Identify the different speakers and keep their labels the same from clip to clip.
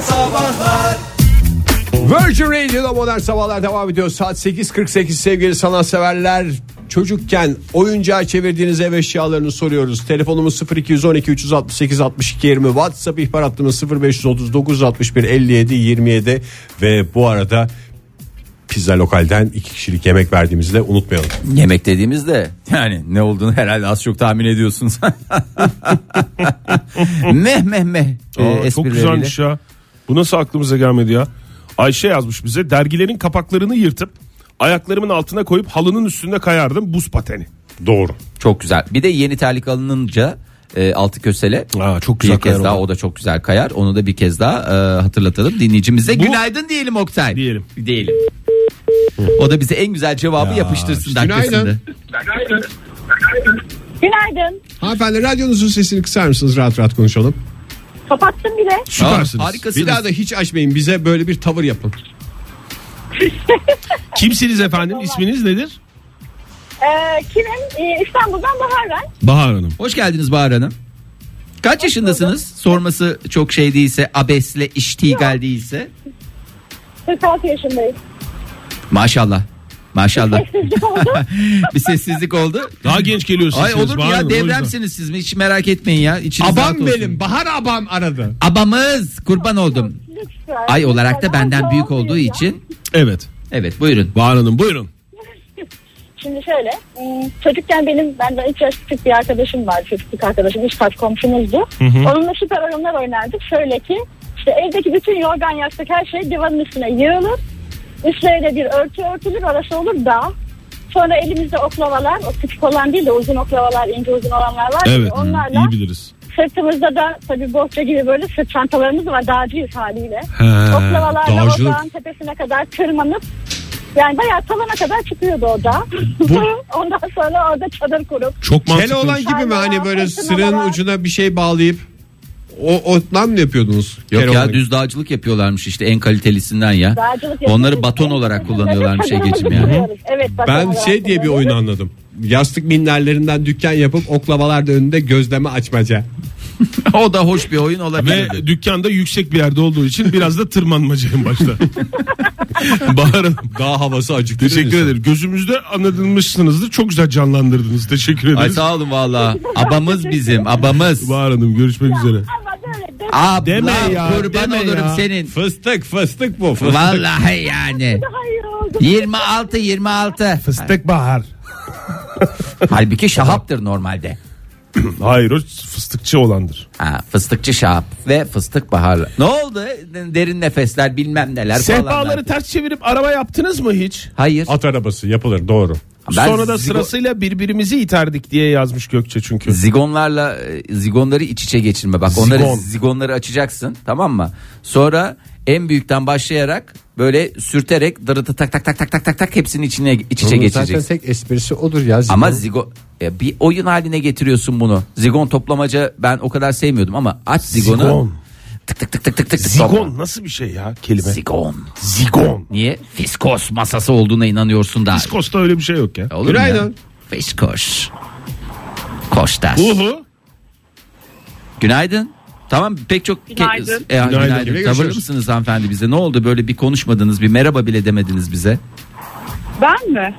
Speaker 1: Sabahlar
Speaker 2: Virgin Radio'da modern sabahlar devam ediyor. Saat 8.48 sevgili sanatseverler. Çocukken oyuncağa çevirdiğiniz ev eşyalarını soruyoruz. Telefonumuz 0212 368 62 20. WhatsApp ihbar hattımız 0539 61 57 27. Ve bu arada pizza lokalden iki kişilik yemek verdiğimizi de unutmayalım.
Speaker 3: Yemek dediğimizde yani ne olduğunu herhalde az çok tahmin ediyorsunuz. meh meh meh e,
Speaker 4: Aa, çok
Speaker 3: esprileriyle.
Speaker 4: güzelmiş ya. Bu nasıl aklımıza gelmedi ya? Ayşe yazmış bize dergilerin kapaklarını yırtıp ayaklarımın altına koyup halının üstünde kayardım buz pateni.
Speaker 2: Doğru.
Speaker 3: Çok güzel. Bir de yeni terlik alınınca e, altı kösele
Speaker 4: Aa, çok
Speaker 3: bir
Speaker 4: güzel
Speaker 3: kez
Speaker 4: kayar
Speaker 3: daha
Speaker 4: o da.
Speaker 3: o da çok güzel kayar. Onu da bir kez daha e, hatırlatalım dinleyicimize. Günaydın diyelim Oktay.
Speaker 4: Diyelim.
Speaker 3: Diyelim. O da bize en güzel cevabı yapıştırsın
Speaker 2: işte. Günaydın.
Speaker 3: dakikasında.
Speaker 5: Günaydın.
Speaker 2: Hanımefendi radyonuzun sesini kısar mısınız rahat rahat konuşalım.
Speaker 5: Kapattım bile.
Speaker 2: Süpersiniz.
Speaker 3: Aa, harikasınız.
Speaker 2: bir daha da hiç açmayın bize böyle bir tavır yapın.
Speaker 4: Kimsiniz efendim? İsminiz nedir?
Speaker 5: Ee, kimim? Ee, İstanbul'dan Bahar ben.
Speaker 4: Bahar Hanım.
Speaker 3: Hoş geldiniz Bahar Hanım. Kaç yaşındasınız? Sorması çok şey değilse, abesle iştigal değilse.
Speaker 5: 46 yaşındayım.
Speaker 3: Maşallah. Maşallah.
Speaker 5: Sessizlik oldu.
Speaker 3: bir sessizlik oldu.
Speaker 4: Daha genç geliyorsunuz.
Speaker 3: Ay olur mu ya devremsiniz siz mi? Hiç merak etmeyin ya. İçiniz rahat
Speaker 2: Abam
Speaker 3: olsun.
Speaker 2: benim Bahar abam aradı.
Speaker 3: Abamız kurban oldum.
Speaker 5: Lütfen.
Speaker 3: Ay olarak da
Speaker 5: Lütfen.
Speaker 3: benden
Speaker 5: Ama
Speaker 3: büyük
Speaker 5: doğum
Speaker 3: olduğu
Speaker 5: günü ya.
Speaker 3: için.
Speaker 4: Evet.
Speaker 3: Evet buyurun.
Speaker 4: Bahar Hanım buyurun.
Speaker 5: Şimdi şöyle. hmm, Çocukken benim benden 3 yaş küçük bir arkadaşım var. Çocukluk arkadaşım. üç kat komşumuzdu. Onunla süper oyunlar oynardık. Şöyle ki işte evdeki bütün yorgan yastık her şey divanın üstüne yığılır. Üstüne de bir örtü örtülür. Arası olur dağ. Sonra elimizde oklavalar, o küçük olan değil de uzun oklavalar, ince uzun olanlar var. ya,
Speaker 4: Evet.
Speaker 5: Onlarla
Speaker 4: iyi biliriz.
Speaker 5: Sırtımızda da tabii bohça gibi böyle sırt çantalarımız var dağcıyız haliyle.
Speaker 4: He,
Speaker 5: Oklavalarla
Speaker 4: dağcılık.
Speaker 5: ocağın tepesine kadar tırmanıp yani bayağı tavana kadar çıkıyordu o dağ. Ondan sonra orada çadır kurup.
Speaker 4: Çok
Speaker 2: Hele
Speaker 4: mantıklı.
Speaker 2: olan gibi mi hani böyle
Speaker 5: Fırtına
Speaker 2: sırığın
Speaker 5: var.
Speaker 2: ucuna bir şey bağlayıp o otlan mı yapıyordunuz?
Speaker 3: Yok
Speaker 2: Keloğlan
Speaker 3: ya
Speaker 2: gibi.
Speaker 3: düz dağcılık yapıyorlarmış işte en kalitelisinden ya.
Speaker 5: Dağcılık
Speaker 3: Onları
Speaker 5: yapıyoruz.
Speaker 3: baton olarak kullanıyorlarmış Ege'cim yani.
Speaker 5: Kuruyoruz. Evet, baton
Speaker 2: Ben
Speaker 5: olarak
Speaker 2: şey diye bir
Speaker 5: kuruyoruz.
Speaker 2: oyun anladım. Yastık minderlerinden dükkan yapıp oklavalar da önünde gözleme açmaca.
Speaker 3: o da hoş bir oyun olabilir.
Speaker 4: Ve dükkanda yüksek bir yerde olduğu için biraz da tırmanmaca en başta. Bahar Hanım.
Speaker 2: Dağ havası acıktı.
Speaker 4: Teşekkür ederim. Gözümüzde anladılmışsınızdır. Çok güzel canlandırdınız. Teşekkür
Speaker 3: Ay
Speaker 4: ederiz.
Speaker 3: sağ olun valla. Abamız bizim abamız.
Speaker 4: Bahar Hanım görüşmek üzere.
Speaker 5: Ama böyle de-
Speaker 3: Abla
Speaker 4: Deme ya,
Speaker 3: kurban
Speaker 4: deme
Speaker 3: olurum
Speaker 4: ya.
Speaker 3: senin.
Speaker 2: Fıstık fıstık bu fıstık.
Speaker 3: Vallahi yani.
Speaker 5: daha iyi oldu.
Speaker 3: 26 26.
Speaker 4: Fıstık Bahar.
Speaker 3: Halbuki şahaptır normalde.
Speaker 4: Hayır o fıstıkçı olandır.
Speaker 3: Ha, fıstıkçı şahap ve fıstık baharlı. Ne oldu? Derin nefesler bilmem neler falanlar.
Speaker 4: Sehpaları ters çevirip araba yaptınız mı hiç?
Speaker 3: Hayır.
Speaker 2: At arabası yapılır doğru.
Speaker 3: Ben
Speaker 4: Sonra da
Speaker 3: zigo-
Speaker 4: sırasıyla birbirimizi iterdik diye yazmış Gökçe çünkü.
Speaker 3: Şey Zigonlarla e, zigonları iç içe geçirme. Bak
Speaker 4: Zigon.
Speaker 3: onları zigonları açacaksın tamam mı? Sonra en büyükten başlayarak böyle sürterek dırıtı tak tak tak tak tak tak tak hepsinin içine iç içe geçireceksin.
Speaker 2: tek esprisi odur ya.
Speaker 3: Ama zigo e, bir oyun haline getiriyorsun bunu. Zigon toplamaca ben o kadar sevmiyordum ama aç zigonu.
Speaker 4: Zigon.
Speaker 3: Tık tık tık tık tık tık.
Speaker 4: Zigon
Speaker 3: topla.
Speaker 4: nasıl bir şey ya kelime?
Speaker 3: Zigon.
Speaker 4: Zigon.
Speaker 3: Niye? Fiskos masası olduğuna inanıyorsun da. E,
Speaker 4: Diskosta öyle bir şey yok ya.
Speaker 3: Olur mu
Speaker 2: Günaydın.
Speaker 3: ya? Fiskos. Koştas.
Speaker 4: Uhu.
Speaker 3: Günaydın. Tamam pek çok ke-
Speaker 5: Günaydın.
Speaker 3: E, günaydın.
Speaker 4: Günaydın.
Speaker 2: Kimle
Speaker 3: Tavırlı
Speaker 2: görüşüyoruz?
Speaker 3: mısınız hanımefendi bize? Ne oldu böyle bir konuşmadınız bir merhaba bile demediniz bize.
Speaker 6: Ben mi?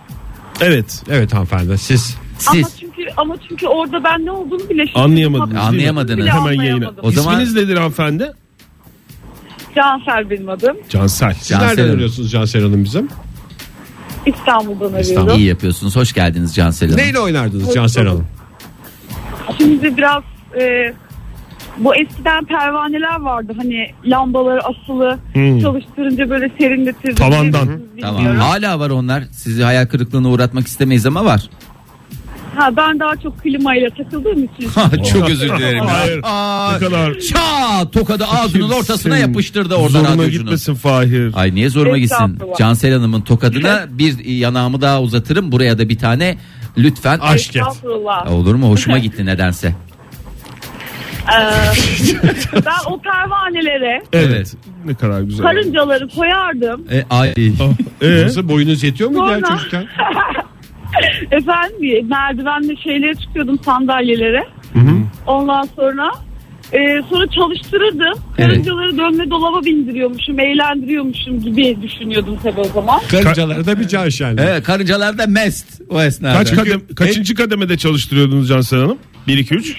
Speaker 4: Evet.
Speaker 2: Evet hanımefendi siz.
Speaker 6: Ama
Speaker 3: Siz
Speaker 6: çünkü ama çünkü orada ben ne olduğunu bile şimdi
Speaker 4: Anlayamadınız.
Speaker 6: tam-
Speaker 4: değil mi?
Speaker 3: Anlayamadınız.
Speaker 6: Bile
Speaker 4: Hemen yayına.
Speaker 6: anlayamadım.
Speaker 3: O zaman-
Speaker 4: İsminiz nedir hanımefendi?
Speaker 6: Cansel benim adım.
Speaker 4: Cansel.
Speaker 2: Siz
Speaker 3: Cansel
Speaker 2: nereden
Speaker 3: Hanım.
Speaker 2: arıyorsunuz Cansel Hanım bizim?
Speaker 6: İstanbul'dan
Speaker 2: İstanbul.
Speaker 6: arıyorum.
Speaker 3: iyi yapıyorsunuz. Hoş geldiniz Cansel Hanım.
Speaker 2: Neyle oynardınız Cansel Hanım?
Speaker 6: Şimdi biraz e, bu eskiden pervaneler vardı. Hani lambaları asılı
Speaker 4: Hmm.
Speaker 6: çalıştırınca böyle serinletirdi.
Speaker 4: Tavandan.
Speaker 6: Biliyor musunuz
Speaker 3: Tamam.
Speaker 6: bilmiyorum.
Speaker 3: Hala var onlar. Sizi hayal kırıklığına uğratmak istemeyiz ama var.
Speaker 6: Ha, ben daha çok klimayla takıldığım için.
Speaker 3: Çok özür dilerim. ya.
Speaker 4: Hayır.
Speaker 3: Aa,
Speaker 4: Ne kadar
Speaker 3: Çaa tokadı ağzının ortasına yapıştırdı oradan
Speaker 4: zoruna
Speaker 3: radyocunun.
Speaker 4: gitmesin Fahir.
Speaker 3: Ay niye zoruma gitsin?
Speaker 6: Estağfurullah.
Speaker 3: Cansel Hanım'ın tokadına bir yanağımı daha uzatırım. Buraya da bir tane lütfen.
Speaker 2: Aşk et.
Speaker 6: Estağfurullah.
Speaker 3: Olur mu? Hoşuma gitti nedense.
Speaker 6: Ee, ben o pervanelere
Speaker 4: Evet. Ne kadar güzel.
Speaker 6: karıncaları koyardım.
Speaker 3: E, ay.
Speaker 4: Ee?
Speaker 2: Nasıl boyunuz yetiyor muydu ya
Speaker 6: Sonra-
Speaker 2: çocukken?
Speaker 6: Efendim merdivenle şeylere çıkıyordum sandalyelere. Ondan sonra Ee, sonra çalıştırırdım. Karıncaları dönme dolaba bindiriyormuşum, eğlendiriyormuşum gibi düşünüyordum tabii o zaman.
Speaker 2: Karıncaları da bir can şenliği.
Speaker 3: E,
Speaker 1: Evet karıncalar da mest o esnada.
Speaker 4: Kaç kadem, kaçıncı kademede çalıştırıyordunuz Cansel Hanım? 1 2 3.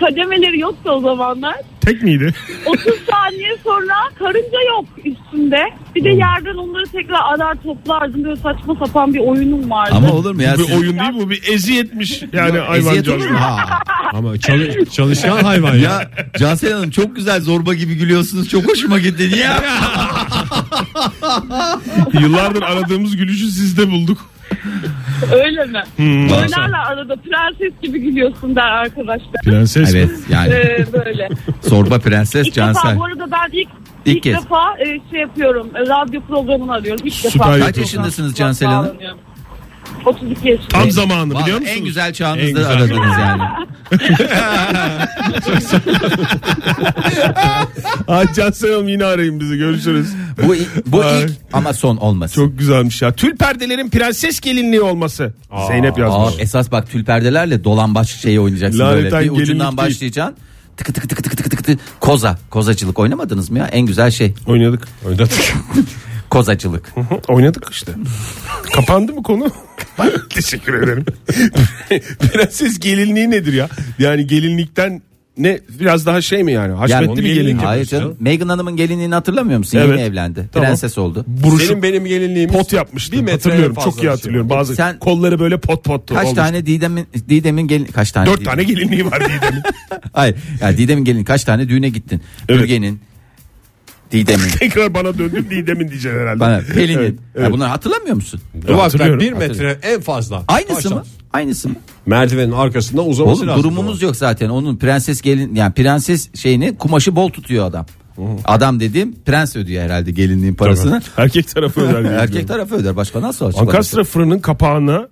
Speaker 6: Kademeleri yoktu o zamanlar.
Speaker 4: Tek miydi?
Speaker 6: 30 saniye sonra karınca yok üstünde. Bir de yerden onları tekrar arar toplardım. Böyle saçma sapan bir oyunum vardı.
Speaker 1: Ama olur mu ya?
Speaker 4: bu bir
Speaker 1: siz-
Speaker 4: oyun değil bu bir eziyetmiş. Yani
Speaker 1: Eziyet olur mu?
Speaker 4: hayvancağız.
Speaker 1: Ha.
Speaker 2: Ama çalı- çalışkan hayvan ya.
Speaker 1: Ya Cansel Hanım çok güzel zorba gibi gülüyorsunuz. Çok hoşuma gitti. Niye?
Speaker 4: Yıllardır aradığımız gülüşü sizde bulduk.
Speaker 6: Öyle mi?
Speaker 1: Vallahi.
Speaker 6: Oynarlar arada prenses gibi gülüyorsun der arkadaşlar.
Speaker 4: Prenses
Speaker 1: evet yani
Speaker 6: Ee, böyle.
Speaker 1: zorba prenses
Speaker 6: İlk defa
Speaker 1: Cansel.
Speaker 6: bu arada ben ilk
Speaker 3: İlk
Speaker 6: ilk,
Speaker 3: kez.
Speaker 6: defa e, şey yapıyorum. e, Radyo programını arıyorum. İlk
Speaker 4: Süper
Speaker 6: defa.
Speaker 4: yapıyorsun.
Speaker 6: Kaç
Speaker 1: yaşındasınız Cansel Hanım?
Speaker 6: 32 yaşındayım.
Speaker 4: Tam zamanı
Speaker 1: Vallahi
Speaker 4: biliyor musunuz?
Speaker 1: En güzel çağınızda
Speaker 4: En güzel.
Speaker 1: aradınız yani.
Speaker 4: Ay Cansel Hanım Ah, yine arayın bizi görüşürüz.
Speaker 3: Bu, bu
Speaker 4: Ay.
Speaker 3: ilk ama son olmasın.
Speaker 4: Çok güzelmiş ya. Tül perdelerin prenses gelinliği olması. Zeynep
Speaker 3: Aa,
Speaker 4: yazmış.
Speaker 3: esas bak tül perdelerle dolambaç şeyi oynayacaksın
Speaker 4: Laneten
Speaker 3: böyle. Bir
Speaker 4: gelinlik değil.
Speaker 3: ucundan başlayacaksın. Tıkı tıkı tıkı tıkı tıkı tıkı tıkı. Koza. Kozacılık oynamadınız mı ya? En güzel şey.
Speaker 4: Oynadık. Oynadık.
Speaker 3: Kozacılık.
Speaker 4: Oynadık işte. Kapandı mı konu? Teşekkür ederim. Prenses gelinliği nedir ya? Yani gelinlikten ne biraz daha şey mi yani? Haşmetli
Speaker 3: onun
Speaker 4: bir
Speaker 3: gelinliği-
Speaker 4: gelinlik.
Speaker 3: Hayır canım. Meghan Hanım'ın gelinliğini hatırlamıyor musun?
Speaker 4: Evet.
Speaker 3: Yeni evlendi.
Speaker 4: Tamam.
Speaker 3: Prenses oldu.
Speaker 4: Buruşuk
Speaker 2: Senin benim gelinliğim
Speaker 4: pot yapmış değil mi?
Speaker 2: Metreye
Speaker 4: Hatırlıyorum.
Speaker 2: fazla
Speaker 4: Çok iyi
Speaker 2: bir şey
Speaker 4: hatırlıyorum. Bazı
Speaker 3: Sen-
Speaker 4: kolları böyle pot pot
Speaker 3: Kaç
Speaker 4: olmuş.
Speaker 3: tane Didem'in Didem'in gelin kaç tane?
Speaker 4: Dört
Speaker 3: Didem?
Speaker 4: tane gelinliği var Didem'in.
Speaker 3: Hayır. Ya Didem'in gelin kaç tane düğüne gittin?
Speaker 4: Evet.
Speaker 3: Ürgen'in Didem'in
Speaker 4: Tekrar bana döndüm Didem'in diyeceksin herhalde.
Speaker 3: bana Pelin'in.
Speaker 4: Evet,
Speaker 3: Ya
Speaker 4: evet.
Speaker 3: bunları hatırlamıyor musun?
Speaker 2: Duvaklar
Speaker 4: Hatırlıyorum,
Speaker 2: bir metre en fazla.
Speaker 3: Aynısı
Speaker 2: Taşlar.
Speaker 3: mı? Aynısı mı?
Speaker 2: Merdivenin arkasından uzaması
Speaker 3: Oğlum
Speaker 2: lazım.
Speaker 3: durumumuz yok zaten. Onun prenses gelin yani prenses şeyini kumaşı bol tutuyor adam. Adam dediğim prens ödüyor herhalde gelinliğin parasını.
Speaker 4: Erkek tarafı öder. diye
Speaker 3: Erkek
Speaker 4: biliyorum.
Speaker 3: tarafı öder. Başka nasıl olacak?
Speaker 4: Ankastra fırının kapağına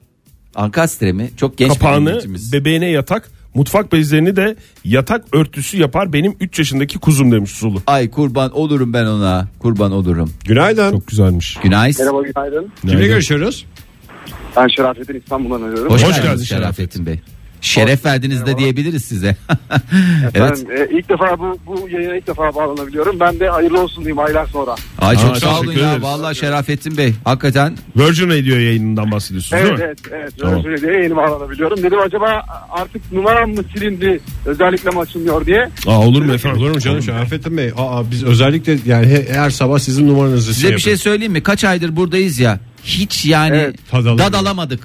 Speaker 3: Ankastre mi? Çok genç bir
Speaker 4: kapağını
Speaker 3: dinleyicimiz.
Speaker 4: bebeğine yatak mutfak bezlerini de yatak örtüsü yapar benim 3 yaşındaki kuzum demiş Sulu.
Speaker 3: Ay kurban olurum ben ona. Kurban olurum.
Speaker 2: Günaydın.
Speaker 4: Çok güzelmiş.
Speaker 3: Günaydın.
Speaker 7: Merhaba günaydın.
Speaker 2: Kimle görüşüyoruz?
Speaker 7: Ben Şerafettin İstanbul'dan arıyorum.
Speaker 3: Hoş,
Speaker 4: Hoş
Speaker 3: geldiniz
Speaker 4: geldin
Speaker 3: Şerafettin Bey. Şeref verdiniz de diyebiliriz size. evet.
Speaker 7: Ben e, ilk defa bu, bu yayına ilk defa bağlanabiliyorum. Ben de hayırlı olsun diyeyim aylar sonra.
Speaker 3: Ay
Speaker 4: Aa,
Speaker 3: çok sağ olun
Speaker 4: teşekkür
Speaker 3: ya.
Speaker 4: ederiz.
Speaker 3: Vallahi Şerafettin Bey. Hakikaten
Speaker 4: Virgin Radio yayınından bahsediyorsunuz değil mi?
Speaker 7: Evet evet evet. Tamam. diye yeni bağlanabiliyorum. Dedim acaba artık numaram mı silindi özellikle mi açılmıyor diye.
Speaker 4: Aa, olur mu efendim?
Speaker 2: Olur mu canım Şerafettin Bey? Aa, biz özellikle yani he- her sabah sizin numaranızı
Speaker 3: Size bir şey
Speaker 2: yapıyoruz.
Speaker 3: söyleyeyim mi? Kaç aydır buradayız ya. Hiç yani
Speaker 7: Evet. Ah,
Speaker 2: Tad alamadık.
Speaker 3: dadalamadık.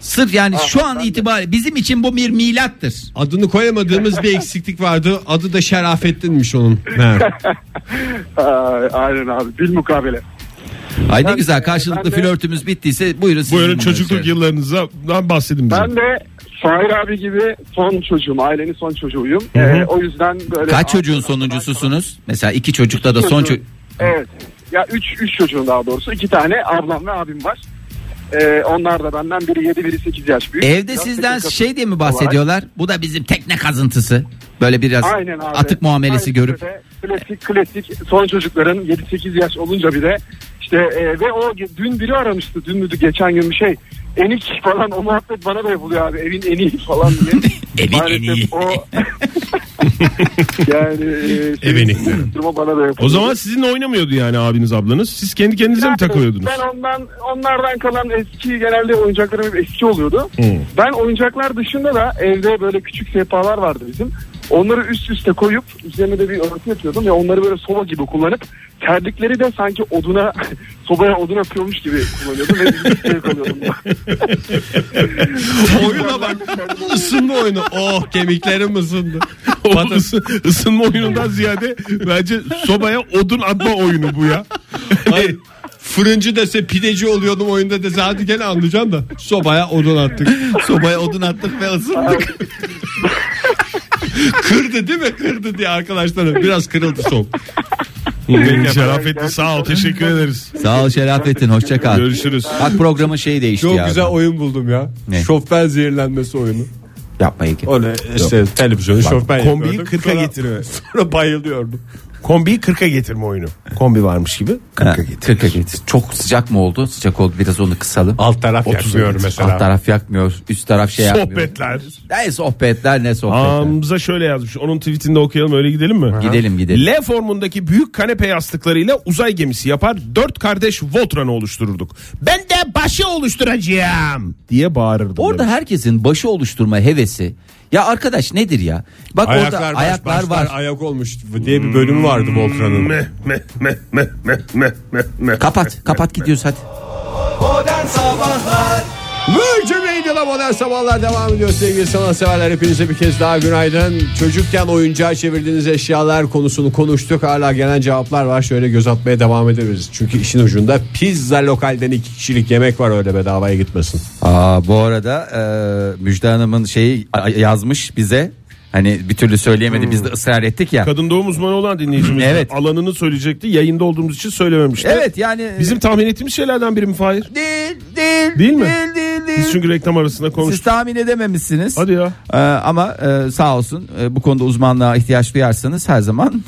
Speaker 3: Sırf yani şu an itibariyle bizim için bu bir milattır.
Speaker 2: Adını koyamadığımız bir eksiklik vardı. Adı da Şerafettin'miş onun. Meğer.
Speaker 7: Aa, aynen abi bil mukabele.
Speaker 3: Ay ne
Speaker 7: Ben-
Speaker 3: güzel karşılıklı
Speaker 7: ben de-
Speaker 3: flörtümüz bittiyse buyurun sizin
Speaker 4: Buyurun
Speaker 3: numaranızı.
Speaker 4: çocukluk yıllarınızdan bahsedin bize.
Speaker 7: Ben de Fahir abi gibi son çocuğum. Ailenin son çocuğuyum. E, o yüzden böyle...
Speaker 3: Kaç çocuğun sonuncususunuz? Mesela iki çocukta da son
Speaker 7: Çocuğum.
Speaker 3: çocuk.
Speaker 7: Evet. Ya üç, üç çocuğum daha doğrusu. iki tane ablam ve abim var. E, onlar da benden biri 7 biri 8 yaş büyük.
Speaker 3: Evde
Speaker 7: Biraz
Speaker 3: sizden
Speaker 7: teknik
Speaker 3: şey diye mi
Speaker 7: olarak-
Speaker 3: bahsediyorlar? Bu da bizim tekne kazıntısı. Böyle biraz
Speaker 7: Aynen abi.
Speaker 3: atık muamelesi
Speaker 7: Aynen
Speaker 3: görüp.
Speaker 7: öyle. Klasik klasik son çocukların 7-8 yaş olunca bir de işte e, ve o ge- dün biri aramıştı dün müydü geçen gün bir şey enik falan o muhabbet bana da yapılıyor abi evin eniği falan diye.
Speaker 3: Evin
Speaker 7: Maalesef
Speaker 3: eniği.
Speaker 7: O... yani e, şey,
Speaker 2: Ev enikleri.
Speaker 7: Duruma bana da yapılıyor.
Speaker 4: O zaman sizinle oynamıyordu yani abiniz ablanız. Siz kendi kendinize mi
Speaker 7: Yani
Speaker 4: takılıyordunuz?
Speaker 7: Ben ondan onlardan kalan eski genelde oyuncaklarım hep eski oluyordu.
Speaker 4: Hmm.
Speaker 7: Ben oyuncaklar dışında da evde böyle küçük sehpalar vardı bizim. Onları üst üste koyup üzerine de bir örtü yapıyordum ya onları böyle soba gibi kullanıp terlikleri de sanki oduna sobaya odun atıyormuş gibi kullanıyordum ve büyük zevk alıyordum.
Speaker 2: Oyuna bak. Isınma oyunu. Oh kemiklerim ısındı.
Speaker 4: O ısı- ısınma oyunundan ziyade bence sobaya odun atma oyunu bu ya.
Speaker 2: Hayır. Fırıncı dese pideci oluyordum oyunda dese hadi gene anlayacaksın da sobaya odun attık.
Speaker 1: Sobaya odun attık ve ısındık.
Speaker 2: Kırdı değil mi kırdı diye arkadaşlarım biraz kırıldı soğuk.
Speaker 4: Şerafettin sağ ol teşekkür ederiz.
Speaker 3: Sağ ol Şerafettin hoşça kal.
Speaker 4: Görüşürüz.
Speaker 3: Bak programın şeyi değişti
Speaker 2: Çok
Speaker 3: ya.
Speaker 2: güzel oyun buldum ya.
Speaker 3: Ne?
Speaker 2: Şofben zehirlenmesi oyunu.
Speaker 3: Yapmayın ki.
Speaker 2: O ne işte televizyonu şofben
Speaker 4: kombiyi
Speaker 2: yapıyordum.
Speaker 4: kırka
Speaker 2: Sonra-
Speaker 4: getiriyor.
Speaker 2: Sonra bayılıyordum.
Speaker 4: Kombiyi 40'a getirme oyunu. Kombi varmış gibi 40'a getir.
Speaker 3: 40'a getir. Çok sıcak mı oldu? Sıcak oldu. Biraz onu kısalım.
Speaker 2: Alt taraf
Speaker 4: 30
Speaker 2: yakmıyor
Speaker 4: evet.
Speaker 2: mesela.
Speaker 3: Alt taraf yakmıyor. Üst taraf şey yapmıyor.
Speaker 4: Sohbetler.
Speaker 3: Ne sohbetler ne sohbetler.
Speaker 4: Hamza şöyle yazmış. Onun tweetini de okuyalım öyle gidelim mi?
Speaker 3: Gidelim, gidelim.
Speaker 4: L formundaki büyük kanepe yastıklarıyla uzay gemisi yapar. Dört kardeş Voltran'ı oluştururduk. Ben de başı oluşturacağım diye bağırırdım.
Speaker 3: Orada
Speaker 4: demiş.
Speaker 3: herkesin başı oluşturma hevesi. Ya arkadaş nedir ya? Bak orada
Speaker 2: baş,
Speaker 3: ayaklar
Speaker 2: başlar,
Speaker 3: var.
Speaker 2: Ayak olmuş diye bir bölümü vardı Volkan'ın.
Speaker 4: Meh, meh, meh, meh, meh, meh, meh, meh.
Speaker 3: kapat, kapat gidiyoruz hadi.
Speaker 2: Virgin Radio'da modern sabahlar devam ediyor sevgili sanatseverler. Hepinize bir kez daha günaydın. Çocukken oyuncağa çevirdiğiniz eşyalar konusunu konuştuk. Hala gelen cevaplar var. Şöyle göz atmaya devam ederiz. Çünkü işin ucunda pizza lokalden iki kişilik yemek var öyle bedavaya gitmesin.
Speaker 3: Aa, bu arada e, Müjde Hanım'ın şeyi a- yazmış bize. Hani bir türlü söyleyemedi biz de ısrar ettik ya.
Speaker 4: Kadın doğum uzmanı olan dinleyicimiz de
Speaker 3: Evet.
Speaker 4: alanını söyleyecekti. Yayında olduğumuz için söylememişti.
Speaker 3: Evet yani
Speaker 4: Bizim tahmin ettiğimiz şeylerden biri mi Fahir?
Speaker 3: değil değil
Speaker 4: Değil mi?
Speaker 3: değil değil. değil.
Speaker 4: Biz çünkü reklam arasında
Speaker 3: Siz
Speaker 4: konuştuk.
Speaker 3: tahmin edememişsiniz.
Speaker 4: Hadi ya.
Speaker 3: Ee, ama e, sağ olsun e, bu konuda uzmanlığa ihtiyaç duyarsanız her zaman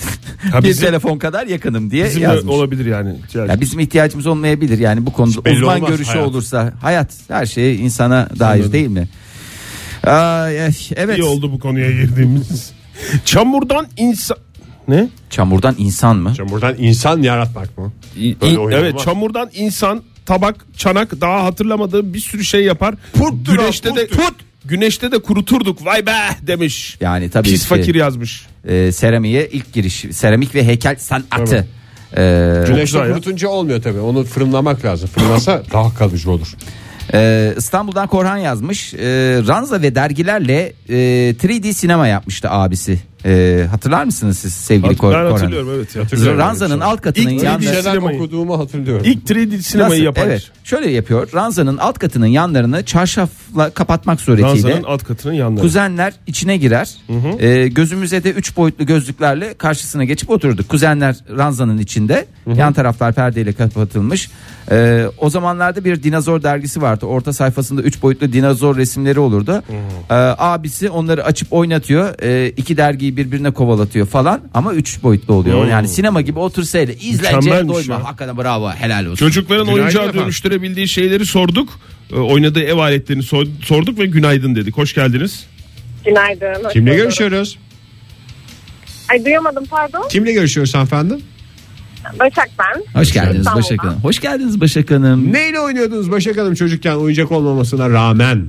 Speaker 4: Ha,
Speaker 3: bir
Speaker 4: bizim-
Speaker 3: telefon kadar yakınım diye
Speaker 4: Bizim de
Speaker 3: yazmış.
Speaker 4: olabilir yani.
Speaker 3: Ya bizim ihtiyacımız olmayabilir yani bu konuda
Speaker 2: belli
Speaker 3: uzman
Speaker 2: olmaz
Speaker 3: görüşü
Speaker 2: hayat.
Speaker 3: olursa hayat her şey insana dair değil mi? Ay, ay, evet.
Speaker 4: İyi oldu bu konuya girdiğimiz. Çamurdan insan... Ne?
Speaker 3: Çamurdan insan mı?
Speaker 2: Buradan insan yaratmak mı? Böyle oyun
Speaker 4: evet
Speaker 2: olmaz.
Speaker 4: çamurdan insan tabak, çanak daha hatırlamadığı bir sürü şey yapar.
Speaker 2: Puttur ha,
Speaker 4: güneşte de
Speaker 2: puttur.
Speaker 4: Güneşte de kuruturduk. Vay be demiş.
Speaker 3: Yani tabii
Speaker 4: Pis
Speaker 3: ki
Speaker 4: fakir yazmış.
Speaker 3: e, seramiğe ilk giriş seramik ve heykel sanatı. Ee,
Speaker 2: Güneşte
Speaker 4: güzel ya.
Speaker 2: kurutunca olmuyor tabii. Onu fırınlamak lazım. Fırınlasa daha kalıcı olur.
Speaker 3: Ee, İstanbul'dan Korhan yazmış. Ee, ranza ve dergilerle e, 3D sinema yapmıştı abisi. Ee, hatırlar mısınız siz sevgili
Speaker 4: Hat-
Speaker 3: Kor-
Speaker 4: ben
Speaker 3: Korhan?
Speaker 4: hatırlıyorum evet. Hatırlıyorum.
Speaker 3: Ranzanın alt katının
Speaker 4: İlk
Speaker 2: Bir
Speaker 4: Yani
Speaker 3: yanları
Speaker 2: şeyler
Speaker 4: sinemayı-
Speaker 2: okuduğumu hatırlıyorum.
Speaker 4: İlk 3D sinemayı yapar.
Speaker 3: Evet. Şöyle yapıyor. Ranzanın alt katının yanlarını çarşafla kapatmak suretiyle
Speaker 4: Ranzanın alt katının yanları.
Speaker 3: kuzenler içine girer. Ee, gözümüze de üç boyutlu gözlüklerle karşısına geçip oturduk. Kuzenler ranzanın içinde. Yan taraflar perdeyle kapatılmış. Ee, o zamanlarda bir dinozor dergisi vardı. Orta sayfasında üç boyutlu dinozor resimleri olurdu. Ee, abisi onları açıp oynatıyor. Ee, iki dergiyi birbirine kovalatıyor falan. Ama üç boyutlu oluyor.
Speaker 4: Hmm.
Speaker 3: Yani sinema gibi otursaydı izlenecek
Speaker 4: Mükemmelmiş
Speaker 3: doyma.
Speaker 4: ya.
Speaker 3: Hakikaten bravo helal olsun.
Speaker 4: Çocukların
Speaker 2: Günaydın
Speaker 4: oyuncağa
Speaker 2: efendim.
Speaker 4: dönüştürebildiği şeyleri sorduk. Ee, Oynadığı ev aletlerini sor- sorduk ve günaydın dedik. Hoş geldiniz.
Speaker 6: Günaydın. hoş
Speaker 2: Kimle
Speaker 6: bulduk.
Speaker 2: görüşüyoruz?
Speaker 6: Ay duyamadım pardon.
Speaker 2: Kimle görüşüyoruz efendim?
Speaker 6: Başak ben.
Speaker 3: Hoş
Speaker 4: şey.
Speaker 3: geldiniz
Speaker 6: İstanbul'dan.
Speaker 3: Başak Hanım. Hoş geldiniz Başak Hanım.
Speaker 2: Neyle oynuyordunuz Başak Hanım çocukken oyuncak olmamasına rağmen?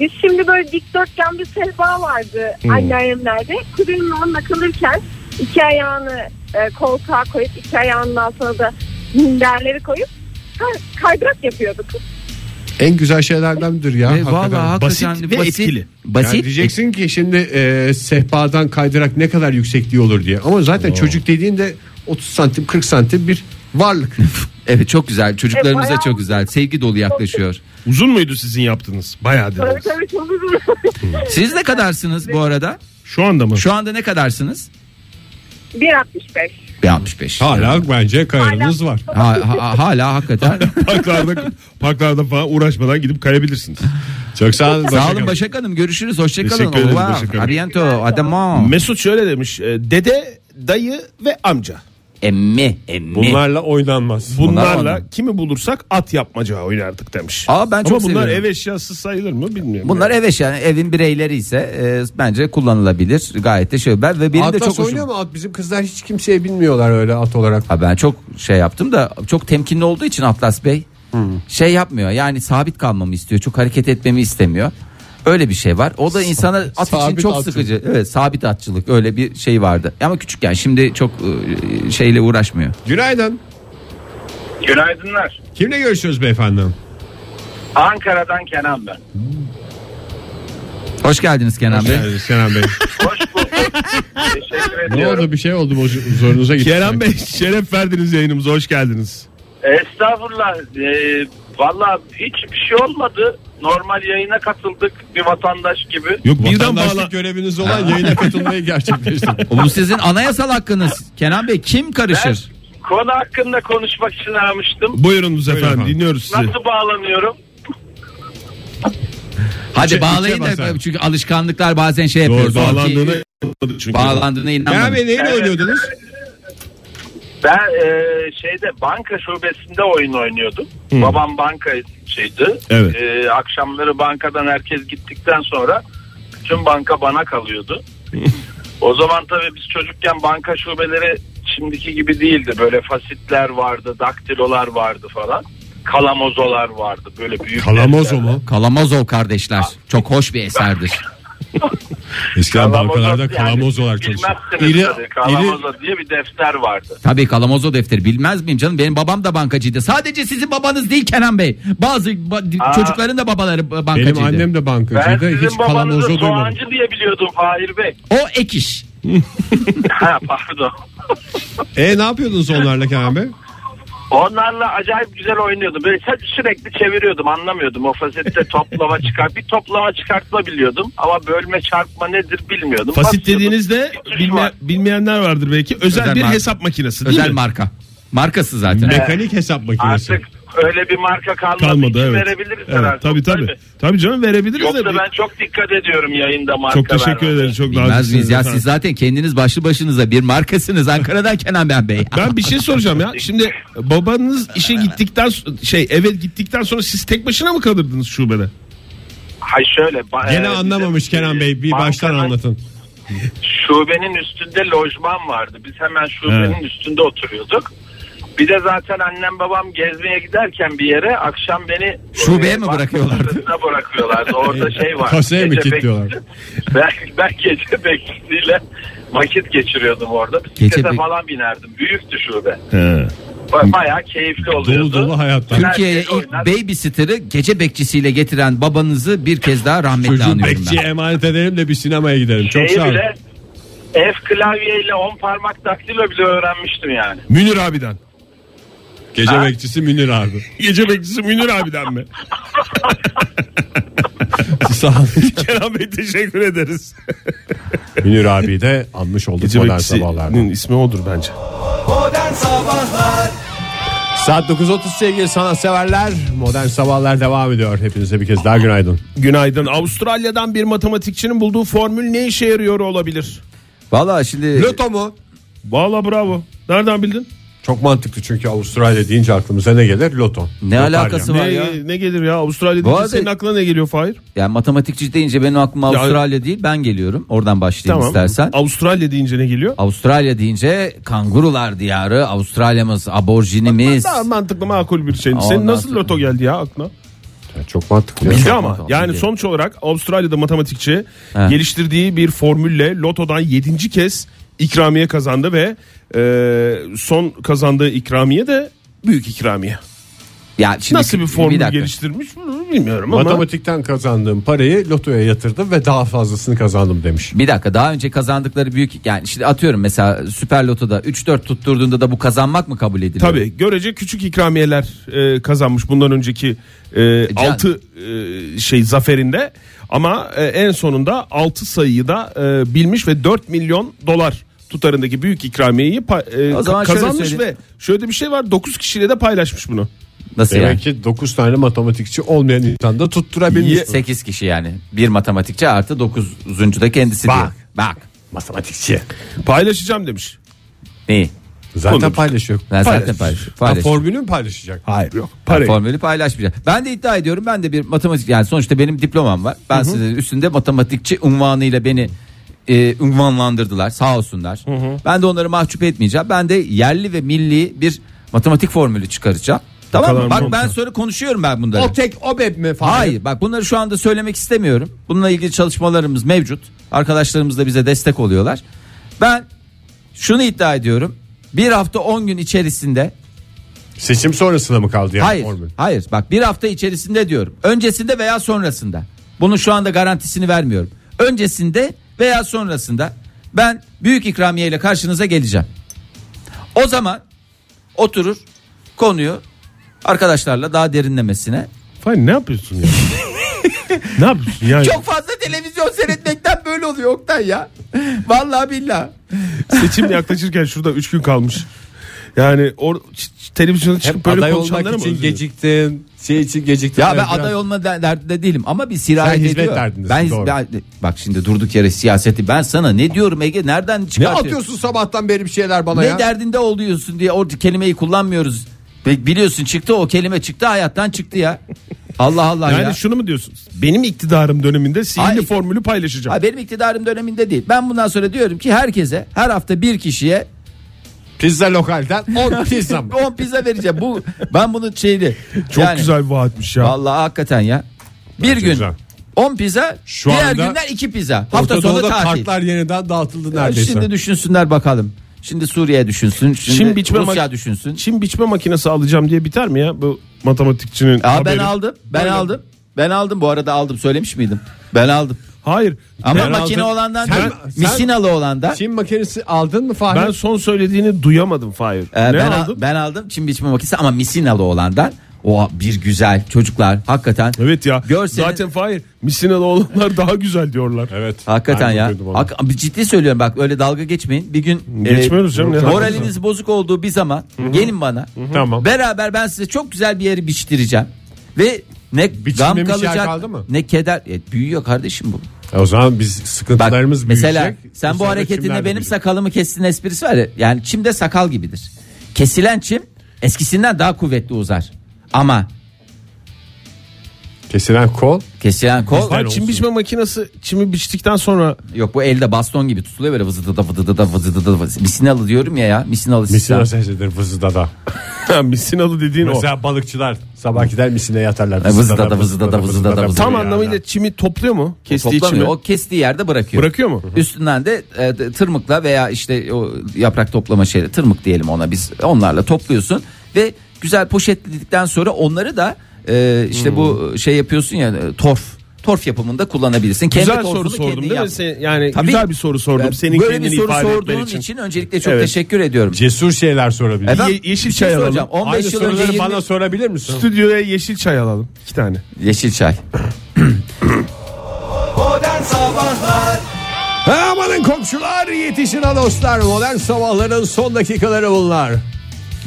Speaker 6: Biz şimdi böyle dikdörtgen bir sehpa vardı anneannemlerde. Kuzenim onunla kalırken iki ayağını e, koltuğa koyup iki ayağının altına da minderleri koyup kay- kaydırak yapıyorduk.
Speaker 2: En güzel şeylerden biridir ya.
Speaker 4: E,
Speaker 3: Ve
Speaker 2: hakikaten.
Speaker 3: Ee, vallahi hakikaten
Speaker 4: Basit ve etkili.
Speaker 3: Basit.
Speaker 2: Yani diyeceksin ki şimdi e, sehpadan kaydırak ne kadar yüksekliği olur diye. Ama zaten çocuk dediğin de 30 santim 40 santim bir varlık.
Speaker 3: Evet çok güzel. Çocuklarınıza
Speaker 6: E, bayağı-
Speaker 3: çok güzel. Sevgi dolu yaklaşıyor.
Speaker 4: Uzun muydu sizin yaptığınız? Bayağı
Speaker 6: Böyle
Speaker 4: dediniz.
Speaker 6: tabii çok uzun.
Speaker 3: Siz ne kadarsınız bu arada?
Speaker 4: Şu anda mı?
Speaker 3: Şu anda ne kadarsınız?
Speaker 6: 1.65.
Speaker 3: Bir 65.
Speaker 2: Hala bence
Speaker 6: kayarınız
Speaker 2: var.
Speaker 3: Ha- ha- hala hakikaten.
Speaker 4: parklarda, parklarda falan uğraşmadan gidip kayabilirsiniz.
Speaker 2: Çok sağ olun.
Speaker 3: Sağ olun Başak Hanım. Görüşürüz. Hoşçakalın.
Speaker 4: Teşekkür ederim Başak Hanım.
Speaker 3: adamo.
Speaker 4: Mesut şöyle demiş. e, Dede, dayı ve amca.
Speaker 3: Emmi. Emmi.
Speaker 2: Bunlarla oynanmaz.
Speaker 3: Bunlar
Speaker 4: Bunlarla
Speaker 3: ona.
Speaker 4: kimi bulursak at yapmaca oynardık demiş.
Speaker 3: Aa, ben çok
Speaker 4: Ama bunlar
Speaker 3: seviyorum.
Speaker 4: ev eşyası sayılır mı bilmiyorum.
Speaker 3: Bunlar
Speaker 4: yani.
Speaker 3: ev eşya- evin bireyleri ise e, bence kullanılabilir. Gayet de şey. Ben ve benim de çok
Speaker 2: Atlas
Speaker 3: hoşuma.
Speaker 2: oynuyor mu? At bizim kızlar hiç kimseye bilmiyorlar öyle at olarak.
Speaker 3: Ha ben çok şey yaptım da çok temkinli olduğu için Atlas Bey
Speaker 2: Hmm.
Speaker 3: şey yapmıyor. Yani sabit kalmamı istiyor. Çok hareket etmemi istemiyor. Öyle bir şey var. O da insana at için
Speaker 2: sabit
Speaker 3: çok
Speaker 2: atçılık.
Speaker 3: sıkıcı. Evet, sabit atçılık öyle bir şey vardı. Ama küçükken şimdi çok e, şeyle uğraşmıyor.
Speaker 2: Günaydın.
Speaker 8: Günaydınlar.
Speaker 2: Kimle görüşüyoruz beyefendi?
Speaker 8: Ankara'dan Kenan ben.
Speaker 3: Hoş geldiniz Kenan Bey.
Speaker 4: Ee,
Speaker 2: Kenan Bey.
Speaker 8: Hoş bulduk. Teşekkür
Speaker 2: ne
Speaker 8: ediyorum.
Speaker 2: oldu bir şey oldu mu zorunuza gitti.
Speaker 4: Kerem Bey şeref verdiniz yayınımıza hoş geldiniz.
Speaker 8: Estağfurullah. Ee, Valla hiçbir şey olmadı. Normal yayına katıldık bir vatandaş gibi.
Speaker 4: Yok birden
Speaker 2: Vatandaşlık
Speaker 4: bağla
Speaker 2: göreviniz olan yayına katılmayı gerçekleştirdi.
Speaker 3: Bu sizin anayasal hakkınız. Kenan Bey kim karışır?
Speaker 8: Konu hakkında konuşmak için aramıştım.
Speaker 4: Buyurunuz efendim,
Speaker 2: efendim.
Speaker 4: dinliyoruz sizi.
Speaker 8: Nasıl bağlanıyorum?
Speaker 3: Hadi
Speaker 4: İçe-
Speaker 3: bağlayın
Speaker 4: içe basar.
Speaker 3: da çünkü alışkanlıklar bazen şey yapıyor.
Speaker 4: Doğru
Speaker 3: Sonra ki-
Speaker 4: bağlandığını çünkü.
Speaker 3: bağlandığına
Speaker 2: Kenan
Speaker 3: inanmadım.
Speaker 2: Bey neyle oynuyordunuz?
Speaker 8: Ben e, şeyde banka şubesinde oyun oynuyordum. Babam bankacıydı.
Speaker 4: Evet.
Speaker 8: E, akşamları bankadan herkes gittikten sonra bütün banka bana kalıyordu. o zaman tabii biz çocukken banka şubeleri şimdiki gibi değildi. Böyle fasitler vardı, daktilolar vardı falan. Kalamozolar vardı böyle büyük.
Speaker 4: Kalamozo
Speaker 8: defterler.
Speaker 4: mu?
Speaker 3: Kalamazov kardeşler. Çok hoş bir eserdir.
Speaker 4: Eskiden
Speaker 8: Kalamozo
Speaker 4: bankalarda
Speaker 8: yani
Speaker 4: kalamozolar çalışıyor.
Speaker 8: Bilmezsiniz
Speaker 4: İri-
Speaker 8: tabii. Kalamozo diye bir defter vardı.
Speaker 3: Tabii Kalamazov defteri bilmez miyim canım? Benim babam da bankacıydı. Sadece sizin babanız değil Kenan Bey. Bazı ba-
Speaker 8: Aa.
Speaker 3: çocukların da babaları ba- bankacıydı.
Speaker 2: Benim annem de
Speaker 8: Ben
Speaker 2: bankacıydı. Hiç
Speaker 8: sizin babanızı
Speaker 2: kalamozo duymadım.
Speaker 8: soğancı diye biliyordum Fahir Bey.
Speaker 3: O ek iş.
Speaker 8: ha pardon.
Speaker 2: E ne yapıyordunuz onlarla Kenan Bey?
Speaker 8: Onlarla acayip güzel oynuyordum. Böyle sü- sürekli çeviriyordum anlamıyordum. O fasette toplama çıkar. Bir toplama çıkartma biliyordum. Ama bölme çarpma nedir bilmiyordum.
Speaker 4: Fasit
Speaker 8: Basıyordum.
Speaker 4: dediğinizde
Speaker 8: Bir tuş
Speaker 4: bilme-
Speaker 8: var.
Speaker 4: bilmeyenler vardır belki. Özel,
Speaker 3: Özel
Speaker 4: bir
Speaker 3: marka.
Speaker 4: hesap makinesi değil
Speaker 3: Özel
Speaker 4: mi?
Speaker 3: marka. Markası zaten.
Speaker 2: Mekanik hesap makinesi.
Speaker 8: Artık öyle bir marka kalmadı.
Speaker 4: Kalmadı
Speaker 8: İsim
Speaker 4: evet.
Speaker 8: Verebiliriz
Speaker 4: evet
Speaker 8: herhalde.
Speaker 4: tabii, tabii tabii. canım verebiliriz de.
Speaker 8: Yoksa ben çok dikkat ediyorum yayında marka
Speaker 4: Çok teşekkür
Speaker 8: vermeme.
Speaker 4: ederim. Çok
Speaker 3: Bilmez
Speaker 4: naziksiniz
Speaker 3: miyiz ya
Speaker 4: efendim.
Speaker 3: siz zaten kendiniz başlı başınıza bir markasınız Ankara'dan Kenan Ben Bey.
Speaker 4: Ben bir şey soracağım ya. Şimdi babanız işe gittikten so- şey eve gittikten sonra siz tek başına mı kalırdınız şubede?
Speaker 8: Hay şöyle. ba- e,
Speaker 2: Gene
Speaker 8: bize-
Speaker 2: anlamamış Kenan Bey. Bir
Speaker 8: bankadan
Speaker 2: baştan anlatın.
Speaker 8: şubenin üstünde lojman vardı. Biz hemen şubenin üstünde oturuyorduk. Bir de zaten annem babam gezmeye giderken bir yere akşam beni
Speaker 3: Şubeye
Speaker 8: e,
Speaker 3: mi
Speaker 8: banka
Speaker 3: bırakıyorlardı?
Speaker 8: odasına bırakıyorlardı. Orada şey var.
Speaker 2: Kasaya mı
Speaker 8: gece
Speaker 2: kilitliyorlar?
Speaker 8: bekçisi. Ben, ben gece bekçisiyle vakit geçiriyordum orada. Bisiklete
Speaker 3: Gece bek-
Speaker 8: falan binerdim. Büyüktü şube. Ba- Bayağı keyifli
Speaker 2: Dolu
Speaker 8: oluyordu.
Speaker 2: dolu hayatlar.
Speaker 3: Türkiye'ye
Speaker 8: Herkes
Speaker 3: ilk
Speaker 8: oynar.
Speaker 3: babysitter'ı gece bekçisiyle getiren babanızı bir kez daha rahmetle
Speaker 2: Çocuğu
Speaker 3: anıyorum
Speaker 2: bekçiye
Speaker 3: ben.
Speaker 2: emanet edelim de bir sinemaya gidelim. Çok
Speaker 8: Şeyi
Speaker 2: sağ olun.
Speaker 8: bile F klavyeyle 10 parmak daktilo bile öğrenmiştim yani.
Speaker 4: Münir abiden.
Speaker 2: Gece bekçisi Münir abi.
Speaker 4: Gece bekçisi Münir abiden mi?
Speaker 2: sağ olun.
Speaker 4: Kenan Bey teşekkür ederiz.
Speaker 2: Münir abi de anmış olduk
Speaker 4: Gece
Speaker 2: modern sabahlarda.
Speaker 4: bekçisinin ismi odur bence.
Speaker 2: Saat 9.30 sevgili sanatseverler. Modern sabahlar devam ediyor. Hepinize bir kez daha günaydın.
Speaker 4: Günaydın. Avustralya'dan bir matematikçinin bulduğu formül ne işe yarıyor olabilir?
Speaker 3: Valla şimdi
Speaker 2: Loto mu?
Speaker 4: Valla bravo. Nereden bildin?
Speaker 2: Çok mantıklı çünkü Avustralya deyince aklımıza ne gelir? Loto.
Speaker 3: ne alakası var ya?
Speaker 4: Ne, ne gelir ya Avustralya'da
Speaker 3: Bu arada-
Speaker 4: senin aklına ne geliyor Fahir?
Speaker 3: Yani matematikçi deyince benim aklıma
Speaker 4: Ya-
Speaker 3: Avustralya değil ben geliyorum. Oradan başlayayım istersen.
Speaker 4: Avustralya deyince ne geliyor?
Speaker 3: Avustralya deyince kangurular diyarı, Avustralya'mız, aborjinimiz.
Speaker 4: Daha mantıklı makul bir şey.
Speaker 3: Ondan
Speaker 4: Senin nasıl
Speaker 3: sonra-
Speaker 4: loto geldi ya aklına?
Speaker 2: Ya çok mantıklı.
Speaker 4: Bildi
Speaker 3: Çok
Speaker 4: ama
Speaker 3: mantıklı
Speaker 4: yani
Speaker 3: değil.
Speaker 4: sonuç olarak Avustralya'da matematikçi
Speaker 3: He.
Speaker 4: geliştirdiği bir formülle lotodan 7. kez ikramiye kazandı ve e, son kazandığı ikramiye de büyük ikramiye.
Speaker 3: Ya şimdi
Speaker 4: Nasıl bir
Speaker 3: bir
Speaker 4: formül
Speaker 3: dakika.
Speaker 4: geliştirmiş bunu bilmiyorum ama
Speaker 2: Matematikten kazandığım parayı lotoya yatırdım ve daha fazlasını kazandım demiş.
Speaker 3: Bir dakika daha önce kazandıkları büyük yani şimdi atıyorum mesela Süper Loto'da 3-4 tutturduğunda da bu kazanmak mı kabul ediliyor?
Speaker 4: Tabii görece küçük ikramiyeler e, kazanmış bundan önceki
Speaker 3: E, Can.
Speaker 4: 6 şey zaferinde ama e, en sonunda 6 sayıyı da e, bilmiş ve 4 milyon dolar tutarındaki büyük ikramiyeyi pa- e,
Speaker 3: O zaman
Speaker 4: ka-
Speaker 3: şöyle
Speaker 4: kazanmış ve
Speaker 3: söyleyeyim.
Speaker 4: şöyle de bir şey var 9 kişiyle de paylaşmış bunu.
Speaker 3: Nasıl
Speaker 2: Demek ki 9 tane matematikçi olmayan insan da
Speaker 3: yani?
Speaker 2: tutturabilmiş.
Speaker 3: 8 kişi yani. Bir matematikçi artı 9. da kendisi
Speaker 2: Bak.
Speaker 3: diyor. Bak.
Speaker 2: Matematikçi.
Speaker 4: Paylaşacağım demiş.
Speaker 3: Neyi?
Speaker 2: Zaten
Speaker 4: Bunu-
Speaker 2: paylaşıyor.
Speaker 3: Ben zaten
Speaker 4: Paylaş.
Speaker 3: paylaş.
Speaker 2: Ha,
Speaker 3: paylaş.
Speaker 2: formülü mü paylaşacak?
Speaker 4: Hayır yok.
Speaker 3: Yani
Speaker 4: Parayı.
Speaker 3: Formülü paylaşmayacağım. Ben de iddia ediyorum ben de bir matematik yani sonuçta benim diplomam var. Ben size üstünde matematikçi unvanıyla beni e, unvanlandırdılar sağ olsunlar. Ben de onları mahcup etmeyeceğim. Ben de yerli ve milli bir matematik formülü çıkaracağım. Tamam
Speaker 4: kadar
Speaker 3: mı?
Speaker 4: mı
Speaker 3: Bak
Speaker 4: oldu?
Speaker 3: ben sonra konuşuyorum ben bunları.
Speaker 2: O tek o beb mi falan?
Speaker 3: Hayır bak bunları şu anda söylemek istemiyorum. Bununla ilgili çalışmalarımız mevcut. Arkadaşlarımız da bize destek oluyorlar. Ben şunu iddia ediyorum. Bir hafta 10 gün içerisinde
Speaker 2: Seçim sonrasında mı kaldı yani
Speaker 3: hayır,
Speaker 2: formül?
Speaker 3: hayır. Bak bir hafta içerisinde diyorum. Öncesinde veya sonrasında. Bunun şu anda garantisini vermiyorum. Öncesinde veya sonrasında ben büyük ikramiye ile karşınıza geleceğim. O zaman oturur konuyu arkadaşlarla daha derinlemesine.
Speaker 4: Fahir ne yapıyorsun ya? ne yapıyorsun yani?
Speaker 3: Çok fazla televizyon seyretmekten böyle oluyor Oktay ya. Vallahi billahi.
Speaker 4: Seçim yaklaşırken şurada 3 gün kalmış. Yani or ç- ç- televizyona çıkıp
Speaker 2: Hep
Speaker 4: böyle
Speaker 2: aday
Speaker 4: konuşanlara
Speaker 2: olmak
Speaker 4: mı
Speaker 2: için
Speaker 4: özeniyorsun?
Speaker 2: geciktin. şey için geciktim.
Speaker 3: Ya ben aday olma der- derdinde değilim ama bir sirayet
Speaker 2: Sen
Speaker 3: ediyor.
Speaker 2: hizmet derdindesin,
Speaker 3: ben,
Speaker 2: doğru.
Speaker 3: ben- bak şimdi durduk yere siyaseti ben sana ne diyorum Ege nereden
Speaker 2: Ne
Speaker 3: çıkartıyorsun?
Speaker 2: atıyorsun sabahtan beri bir şeyler bana
Speaker 3: Ne
Speaker 2: ya?
Speaker 3: derdinde oluyorsun diye orada kelimeyi kullanmıyoruz. Be- Biliyorsun çıktı o kelime çıktı hayattan çıktı ya. Allah Allah
Speaker 4: Yani
Speaker 3: ya.
Speaker 4: şunu mu diyorsunuz? Benim iktidarım döneminde sihirli
Speaker 3: Hayır.
Speaker 4: formülü paylaşacağım.
Speaker 3: Ha, benim iktidarım döneminde değil. Ben bundan sonra diyorum ki herkese her hafta bir kişiye
Speaker 2: Pizza lokalden 10 pizza mı?
Speaker 3: 10 pizza vereceğim. Bu ben bunu şeydi.
Speaker 4: Çok güzel bir vaatmiş ya.
Speaker 3: Vallahi hakikaten ya. Bir gün
Speaker 4: güzel.
Speaker 3: 10 pizza,
Speaker 2: Şu
Speaker 3: diğer
Speaker 2: anda
Speaker 3: günler 2 pizza. Hafta
Speaker 2: Orta
Speaker 3: sonu
Speaker 2: Doğu'da
Speaker 3: tatil.
Speaker 2: kartlar yeniden dağıtıldı
Speaker 3: Ya
Speaker 2: neredeyse.
Speaker 3: Şimdi düşünsünler bakalım. Şimdi Suriye düşünsün, şimdi,
Speaker 4: Çim biçme
Speaker 3: Rusya
Speaker 4: mak-
Speaker 3: düşünsün.
Speaker 4: Çim biçme makinesi alacağım diye biter mi ya bu matematikçinin
Speaker 3: Aa, ben
Speaker 4: haberi?
Speaker 3: aldım. Ben aldım. Ben aldım bu arada aldım söylemiş miydim? Ben aldım.
Speaker 4: Hayır.
Speaker 3: Ama
Speaker 4: ben
Speaker 3: makine
Speaker 4: aldım.
Speaker 3: olandan
Speaker 4: Sen-
Speaker 3: değil,
Speaker 2: sen-
Speaker 3: misinalı olanda.
Speaker 2: Çin makinesi aldın mı Fahri?
Speaker 4: Ben son söylediğini duyamadım Fahir.
Speaker 3: Ee,
Speaker 4: ne
Speaker 3: ben, al-
Speaker 4: aldın?
Speaker 3: ben aldım çim biçme makinesi ama misinalı olandan. O bir güzel çocuklar hakikaten.
Speaker 4: Evet ya.
Speaker 3: Görseniz-
Speaker 4: Zaten Fahir misinalı olanlar daha güzel diyorlar. Evet.
Speaker 3: Hakikaten ya.
Speaker 4: Hak...
Speaker 3: Hak- abi ciddi söylüyorum bak öyle dalga geçmeyin. Bir gün e,
Speaker 4: Geçmiyoruz canım, ne
Speaker 3: moraliniz bozuk olduğu bir zaman gelin bana.
Speaker 4: Tamam.
Speaker 3: Beraber ben size çok güzel bir yeri biçtireceğim. Ve ne gam
Speaker 2: yer
Speaker 3: kalacak
Speaker 2: kaldı mı?
Speaker 3: ne keder. E, büyüyor kardeşim bu.
Speaker 2: E, o zaman biz
Speaker 3: Bak
Speaker 2: sıkıntılarımız
Speaker 3: mesela sen
Speaker 2: Bu
Speaker 3: bu
Speaker 2: sefer
Speaker 3: hareketinde benim
Speaker 2: kimler büyüyecek?
Speaker 3: sakalımı kestin esprisi var ya. Yani çimde sakal gibidir. Kesilen çim eskisinden daha kuvvetli uzar. Ama
Speaker 2: Kesilen kol.
Speaker 3: kesilen kol
Speaker 4: çim biçme makinesi çimi biçtikten sonra
Speaker 3: yok bu elde baston gibi tutuluyor böyle vızıdıda vızıdıda vızıdıda vızıdıda. Misinalı diyorum ya ya misinalı sistem.
Speaker 2: Misina sesidir vızıda da.
Speaker 4: misinalı dediğin o.
Speaker 2: Mesela balıkçılar sabah gider misine yatarlar.
Speaker 3: Vızıda da, vızıda da, vızıda da,
Speaker 4: Tam
Speaker 3: ya.
Speaker 4: anlamıyla çimi topluyor mu? Kestiği
Speaker 3: Toplamıyor.
Speaker 4: çimi.
Speaker 3: O kestiği yerde bırakıyor.
Speaker 4: Bırakıyor mu?
Speaker 3: Üstünden de e, de- tırmıkla veya işte o yaprak toplama şeyle tırmık diyelim ona biz onlarla topluyorsun ve güzel poşetledikten sonra onları da e, işte bu
Speaker 4: Hmm.
Speaker 3: şey yapıyorsun ya e, torf torf yapımında kullanabilirsin. Kendi
Speaker 4: Güzel soru
Speaker 3: torfunu kendin
Speaker 4: sordum değil mi?
Speaker 3: yap.
Speaker 4: Sen- yani
Speaker 3: Tabii.
Speaker 4: güzel bir soru sordum.
Speaker 3: Ben
Speaker 4: Senin
Speaker 3: Böyle
Speaker 4: kendini
Speaker 3: bir soru
Speaker 4: ifade etmen
Speaker 3: sorduğun için.
Speaker 4: için.
Speaker 3: öncelikle çok
Speaker 4: Evet.
Speaker 3: teşekkür ediyorum.
Speaker 2: Cesur şeyler sorabilir.
Speaker 3: Efendim?
Speaker 4: Ye- yeşil
Speaker 3: Bir
Speaker 4: çay
Speaker 3: şey
Speaker 4: alalım.
Speaker 3: soracağım. 15
Speaker 2: Aynı
Speaker 3: yıl önce
Speaker 2: soruları
Speaker 3: 20
Speaker 2: bana sorabilir misin?
Speaker 4: Stüdyoya yeşil çay alalım. İki tane.
Speaker 3: yeşil çay.
Speaker 2: Ha, Amanın komşular yetişin ha dostlar. Modern sabahların son dakikaları bunlar.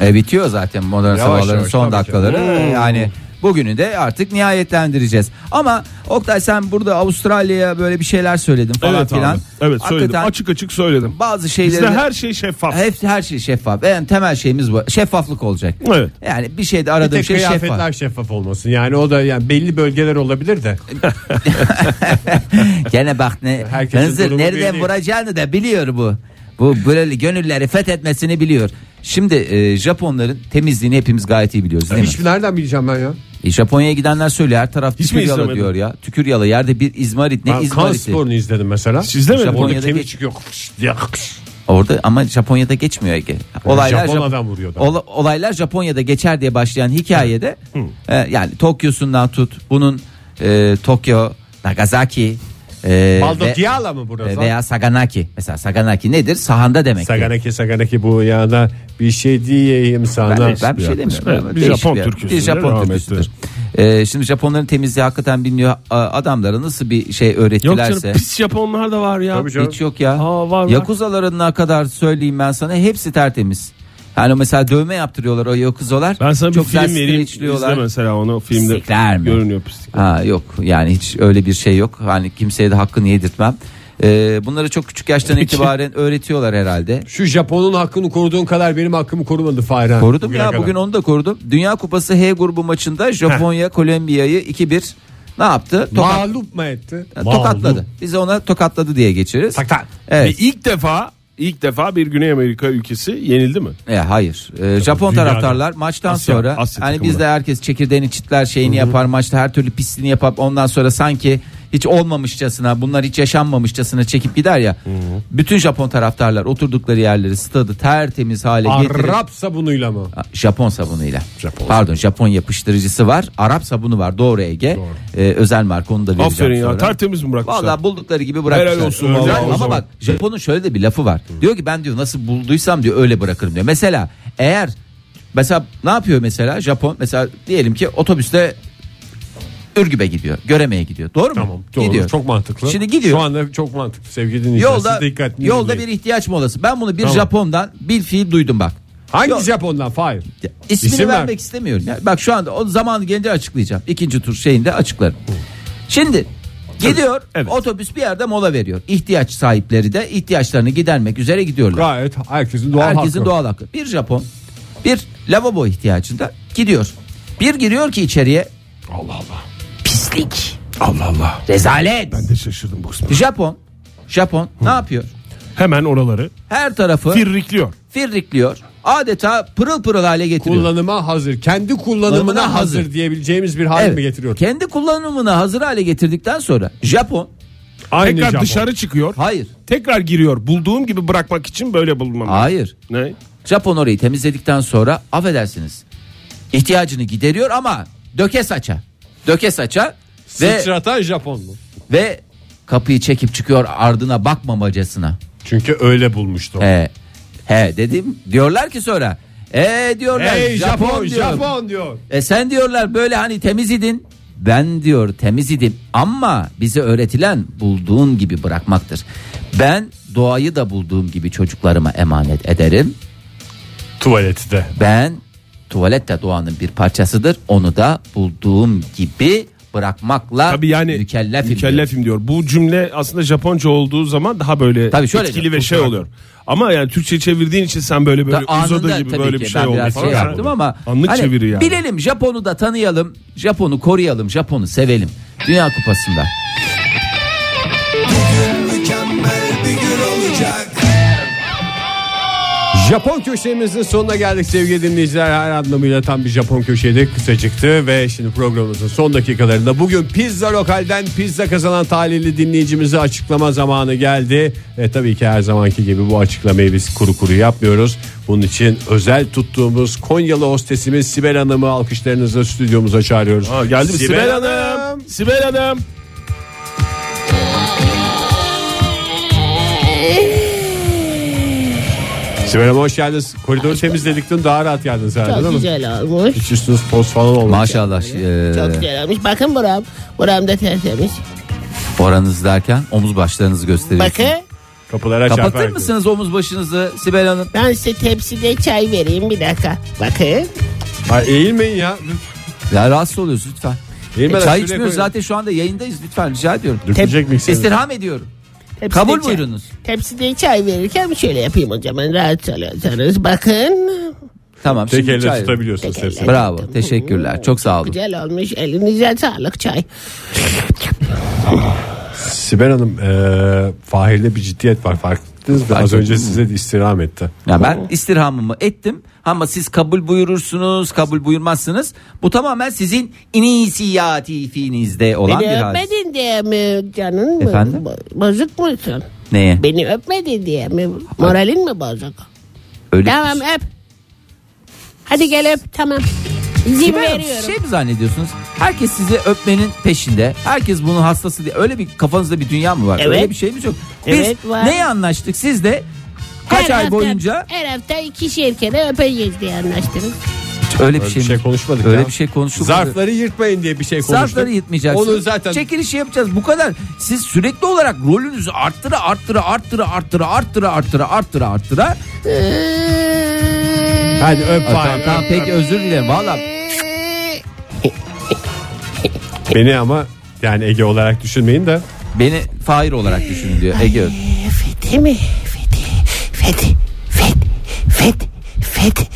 Speaker 3: E, bitiyor zaten modern sabahların
Speaker 2: yavaş,
Speaker 3: son
Speaker 2: tabii ki.
Speaker 3: dakikaları.
Speaker 4: Hmm.
Speaker 3: E, Yani bugünü de artık nihayetlendireceğiz. Ama Oktay sen burada Avustralya'ya böyle bir şeyler söyledin falan
Speaker 4: evet
Speaker 3: filan.
Speaker 4: abi. Evet söyledim.
Speaker 3: Hakikaten
Speaker 4: Açık açık söyledim.
Speaker 3: bazı
Speaker 4: Bizde
Speaker 3: şeyleri
Speaker 4: her şey şeffaf.
Speaker 3: hepsi her şey şeffaf. En temel şeyimiz bu. Şeffaflık olacak.
Speaker 4: Evet.
Speaker 3: Yani bir şeyde
Speaker 2: Bir
Speaker 3: aradığım
Speaker 2: tek
Speaker 3: şey
Speaker 2: kıyafetler
Speaker 3: şeffaf.
Speaker 2: şeffaf. olmasın. Yani o da yani belli bölgeler olabilir de.
Speaker 3: Gene bak ne
Speaker 2: Herkesin
Speaker 3: Hızır
Speaker 2: durumu
Speaker 3: nereden
Speaker 2: belli.
Speaker 3: vuracağını da biliyor bu. Bu böyle gönülleri fethetmesini biliyor. Şimdi e, Japonların temizliğini hepimiz gayet iyi biliyoruz değil mi?
Speaker 2: Hiçbir nereden bileceğim ben ya?
Speaker 3: E, Japonya'ya gidenler söylüyor her taraf
Speaker 4: Hiç
Speaker 3: tükür
Speaker 4: mi
Speaker 3: yalı
Speaker 4: izlemedin?
Speaker 3: diyor ya. Tükür yalı yerde bir izmarit ne
Speaker 2: Ben kan
Speaker 3: izmariti.
Speaker 2: sporunu izledim mesela.
Speaker 4: Sizde mi?
Speaker 3: Japonya'daki-
Speaker 4: Orada kemik çıkıyor. Ya,
Speaker 3: Orada ama Japonya'da geçmiyor Ege. Olaylar
Speaker 2: Japonya'dan
Speaker 3: Jap-
Speaker 2: vuruyor da.
Speaker 3: Ola- olaylar Japonya'da geçer diye başlayan hikayede e, yani Tokyo'sundan tut bunun e, Tokyo, Nagasaki e, ve-
Speaker 2: Baldokiyala mı
Speaker 3: e,
Speaker 2: burası?
Speaker 3: veya Saganaki. Mesela Saganaki nedir? Sahanda demek.
Speaker 2: Saganaki Saganaki bu yana bir şey diyeyim sana.
Speaker 3: Ben, ben bir şey demiyorum.
Speaker 4: Bir
Speaker 3: Değişik
Speaker 4: Japon
Speaker 3: yer.
Speaker 4: türküsüdür,
Speaker 3: Bir Japon
Speaker 4: rahmetli.
Speaker 3: türküsüdür. Ee, şimdi Japonların temizliği hakikaten bilmiyor. A- Adamlara nasıl bir şey
Speaker 4: Yok
Speaker 3: öğrettilerse.
Speaker 4: canım pis Japonlar da var ya.
Speaker 3: Hiç yok ya.
Speaker 4: Aa, var, var.
Speaker 3: Yakuzalarına kadar söyleyeyim ben sana hepsi tertemiz. Yani mesela dövme yaptırıyorlar o yakuzalar.
Speaker 4: Ben sana
Speaker 3: Çok
Speaker 4: bir film
Speaker 3: güzel
Speaker 4: vereyim.
Speaker 3: streçliyorlar.
Speaker 4: İzle mesela onu filmde
Speaker 3: Pislikler mi?
Speaker 4: görünüyor pislik.
Speaker 3: Ha, yok yani hiç öyle bir şey yok. Hani kimseye de hakkını yedirtmem. Ee, bunları çok küçük yaştan itibaren öğretiyorlar herhalde.
Speaker 2: Şu Japon'un hakkını koruduğun kadar benim hakkımı korumadı Fahri.
Speaker 3: Korudum
Speaker 2: Bugüne
Speaker 3: ya
Speaker 2: kadar.
Speaker 3: bugün onu da korudum. Dünya Kupası H grubu maçında Japonya Kolombiya'yı 2-1 ne yaptı? Tokat-
Speaker 2: Mağlup mu etti?
Speaker 3: tokatladı. Biz ona tokatladı diye geçeriz.
Speaker 2: Tak tak.
Speaker 3: Evet.
Speaker 4: Ve ilk defa ilk defa bir Güney Amerika ülkesi yenildi mi?
Speaker 3: E, hayır. E, Japon
Speaker 4: dünyada.
Speaker 3: taraftarlar maçtan
Speaker 4: Asya-
Speaker 3: sonra
Speaker 4: Asya
Speaker 3: hani
Speaker 4: takımı.
Speaker 3: bizde herkes çekirdeğini çitler şeyini yapar maçta her türlü pisliğini yapar ondan sonra sanki hiç olmamışçasına bunlar hiç yaşanmamışçasına çekip gider ya. Bütün Japon taraftarlar oturdukları yerleri stadı tertemiz hale getirir.
Speaker 2: Arap sabunuyla mı?
Speaker 3: Japon sabunuyla. Pardon Japon yapıştırıcısı var. Arap sabunu var. Doğru Ege. E, özel marka onu da vereceğim
Speaker 4: Aferin ya
Speaker 3: sonra.
Speaker 4: tertemiz mi bırakmışlar?
Speaker 3: Vallahi buldukları gibi bırakmışlar.
Speaker 4: Helal olsun vallahi
Speaker 3: Güzel.
Speaker 4: o
Speaker 3: Ama
Speaker 4: zaman.
Speaker 3: bak Japon'un şöyle de bir lafı var. Diyor ki ben diyor nasıl bulduysam diyor öyle bırakırım diyor. Mesela eğer mesela ne yapıyor mesela Japon mesela diyelim ki otobüste Ürgüp'e gidiyor. Göreme'ye gidiyor. Doğru mu?
Speaker 2: Tamam doğru
Speaker 3: Gidiyor.
Speaker 2: çok mantıklı.
Speaker 3: Şimdi gidiyor.
Speaker 2: Şu anda çok mantıklı sevgili dinleyiciler.
Speaker 3: Yolda
Speaker 2: Siz dikkatli
Speaker 3: yolda
Speaker 2: dinleyin.
Speaker 3: bir ihtiyaç molası. Ben bunu bir
Speaker 2: Tamam.
Speaker 3: Japon'dan bir fiil duydum bak.
Speaker 2: Hangi Japon'dan? Hayır.
Speaker 3: İsmini
Speaker 2: İsim ver.
Speaker 3: vermek istemiyorum. ya. Bak şu anda o zamanı gelince açıklayacağım. İkinci tur şeyinde açıklarım. Şimdi gidiyor
Speaker 4: evet.
Speaker 3: otobüs bir yerde mola veriyor. İhtiyaç sahipleri de ihtiyaçlarını gidermek üzere gidiyorlar.
Speaker 2: Gayet herkesin doğal
Speaker 3: Herkesin
Speaker 2: hakkı.
Speaker 3: doğal hakkı. Bir Japon bir lavabo ihtiyacında gidiyor. Bir giriyor ki içeriye. Allah Allah. Pislik.
Speaker 4: Allah Allah.
Speaker 3: Rezalet.
Speaker 4: Ben de şaşırdım bu kısmı.
Speaker 3: Japon. Japon ne yapıyor?
Speaker 4: Hemen oraları
Speaker 3: Her tarafı
Speaker 4: firrikliyor.
Speaker 3: firrikliyor. Adeta pırıl pırıl hale getiriyor.
Speaker 2: Kullanıma hazır. Kendi kullanımına
Speaker 3: Kullanımına
Speaker 2: hazır,
Speaker 3: hazır.
Speaker 2: diyebileceğimiz bir hal
Speaker 3: Evet.
Speaker 2: mi getiriyor?
Speaker 3: Kendi kullanımına hazır hale getirdikten sonra Japon
Speaker 2: Aynı
Speaker 4: Tekrar
Speaker 2: Japon.
Speaker 4: dışarı çıkıyor.
Speaker 3: hayır
Speaker 4: Tekrar giriyor. Bulduğum gibi bırakmak için böyle bulmam.
Speaker 3: hayır
Speaker 4: Ne?
Speaker 3: Japon orayı temizledikten sonra affedersiniz ihtiyacını gideriyor ama döke saça döke saça ve,
Speaker 2: Sıçratan Japon mu?
Speaker 3: ve kapıyı çekip çıkıyor ardına bakmamacasına.
Speaker 2: Çünkü öyle bulmuştu.
Speaker 3: He, he dedim diyorlar ki sonra e diyorlar
Speaker 2: Hey
Speaker 3: Japon,
Speaker 2: Japon,
Speaker 3: diyor.
Speaker 2: Japon diyor.
Speaker 3: E sen diyorlar böyle hani temiz idin. Ben diyor temiz idim ama bize öğretilen bulduğun gibi bırakmaktır. Ben doğayı da bulduğum gibi çocuklarıma emanet ederim.
Speaker 2: Tuvaleti de.
Speaker 3: Ben tuvalet de doğanın bir parçasıdır. Onu da bulduğum gibi bırakmakla
Speaker 4: Tabii yani
Speaker 3: mükellefim. diyor.
Speaker 4: mükellefim diyor. Bu cümle aslında Japonca olduğu zaman daha böyle
Speaker 3: Tabii şöyle
Speaker 4: etkili
Speaker 3: diyor,
Speaker 4: ve şey
Speaker 3: kusura
Speaker 4: oluyor. Ama yani Türkçe çevirdiğin için sen böyle böyle
Speaker 3: Ta-
Speaker 4: uzadı gibi
Speaker 3: tabii
Speaker 4: böyle
Speaker 3: ki
Speaker 4: bir şey
Speaker 3: ben
Speaker 4: oldu.
Speaker 3: biraz şey
Speaker 4: falan.
Speaker 3: yaptım ama
Speaker 4: Anlık
Speaker 3: hani
Speaker 4: çeviri yani.
Speaker 3: bilelim Japon'u da tanıyalım. Japon'u koruyalım. Japon'u sevelim. Dünya Kupası'nda.
Speaker 2: Japon köşemizin sonuna geldik sevgili dinleyiciler. Her anlamıyla tam bir Japon köşede kısacıktı ve şimdi programımızın son dakikalarında bugün pizza lokalden pizza kazanan talihli dinleyicimizi açıklama zamanı geldi. E, tabii ki her zamanki gibi bu açıklamayı biz kuru kuru yapmıyoruz. Bunun için özel tuttuğumuz Konyalı hostesimiz Sibel Hanım'ı alkışlarınızla stüdyomuza çağırıyoruz.
Speaker 4: Ha, geldi mi?
Speaker 2: Sibel,
Speaker 4: Sibel
Speaker 2: Hanım.
Speaker 4: Hanım. Sibel Hanım.
Speaker 2: Sibel Hanım hoş geldiniz. Koridoru temizledik dün daha rahat geldiniz herhalde
Speaker 6: Çok
Speaker 2: değil mi?
Speaker 6: güzel olmuş.
Speaker 2: Hiç üstünüz toz falan olmadı.
Speaker 3: Maşallah. e,
Speaker 6: Çok güzel olmuş. Bakın buram. Buram da tertemiz.
Speaker 3: Oranız derken omuz başlarınızı gösteriyorsunuz.
Speaker 6: Bakın.
Speaker 2: Kapılara
Speaker 3: Kapatır
Speaker 2: çarparak.
Speaker 3: mısınız omuz başınızı Sibel Hanım?
Speaker 6: Ben size tepside çay vereyim bir dakika. Bakın.
Speaker 2: Ha, eğilmeyin ya.
Speaker 3: Ya rahatsız oluyoruz lütfen. E,
Speaker 2: Eğilmeden
Speaker 3: Çay
Speaker 2: şuraya
Speaker 3: içmiyoruz
Speaker 2: koyun.
Speaker 3: zaten şu anda yayındayız lütfen rica ediyorum.
Speaker 2: Dökülecek mikseri.
Speaker 3: İstirham ediyorum.
Speaker 6: Tepside
Speaker 3: Kabul
Speaker 6: çay-
Speaker 3: buyurunuz.
Speaker 6: Tepside çay verirken şöyle yapayım hocam. Rahat alıyorsanız bakın.
Speaker 3: Tamam.
Speaker 2: Tek
Speaker 3: şimdi
Speaker 2: elle
Speaker 3: çay-
Speaker 2: tutabiliyorsunuz
Speaker 6: Tek elle.
Speaker 2: hepsini.
Speaker 3: Bravo. Teşekkürler. Çok sağ olun.
Speaker 6: Güzel olmuş. Elinize sağlık çay.
Speaker 2: Sibel Hanım eee Fahir'de bir ciddiyet var fark ettiniz mi?
Speaker 3: Fark
Speaker 2: Az önce
Speaker 3: ettim.
Speaker 2: size de istirham etti.
Speaker 3: Ya ben istirhamımı ettim ama siz kabul buyurursunuz, kabul buyurmazsınız. Bu tamamen sizin inisiyatifinizde olan bir
Speaker 6: Beni
Speaker 3: hadis.
Speaker 6: öpmedin diye mi canın mı?
Speaker 3: Efendim?
Speaker 6: Bo- Bozuk musun?
Speaker 3: Neye?
Speaker 6: Beni öpmedin diye mi? Moralin mi bozuk?
Speaker 3: Öyle
Speaker 6: Tamam öp. Hadi gel öp tamam. İzin
Speaker 3: Sibel Hanım,
Speaker 6: veriyorum.
Speaker 3: Şey mi zannediyorsunuz? Herkes sizi öpmenin peşinde. Herkes bunun hastası diye. Öyle bir kafanızda bir dünya mı var?
Speaker 6: Evet.
Speaker 3: Öyle bir şeyimiz yok. Biz
Speaker 6: Evet, var.
Speaker 3: neye anlaştık? Siz de kaç
Speaker 6: Her
Speaker 3: ay
Speaker 6: hafta-
Speaker 3: boyunca
Speaker 6: Her hafta iki şirkete öpeceğiz diye anlaştık.
Speaker 3: öyle bir
Speaker 2: Öyle bir
Speaker 3: şey,
Speaker 2: şey
Speaker 3: mi?
Speaker 2: konuşmadık
Speaker 3: Öyle
Speaker 2: ya.
Speaker 3: bir şey konuşulmadı.
Speaker 2: Zarfları yırtmayın diye bir şey konuştuk.
Speaker 3: Zarfları yırtmayacaksınız.
Speaker 2: Onu zaten
Speaker 3: Çekilişi yapacağız. Bu kadar. Siz sürekli olarak rolünüzü arttıra arttıra arttıra arttıra arttıra arttıra arttıra arttıra.
Speaker 6: Ee,
Speaker 2: hadi öp
Speaker 3: Aa, Tamam,
Speaker 2: Fahir.
Speaker 3: tamam peki özür dilerim. Valla
Speaker 2: Beni ama yani Ege olarak düşünmeyin de.
Speaker 3: beni Fahir olarak düşünün diyor Ege. Öz.
Speaker 6: E, Fethi mi? Fethi. Fethi. Fethi. Fethi. Fethi.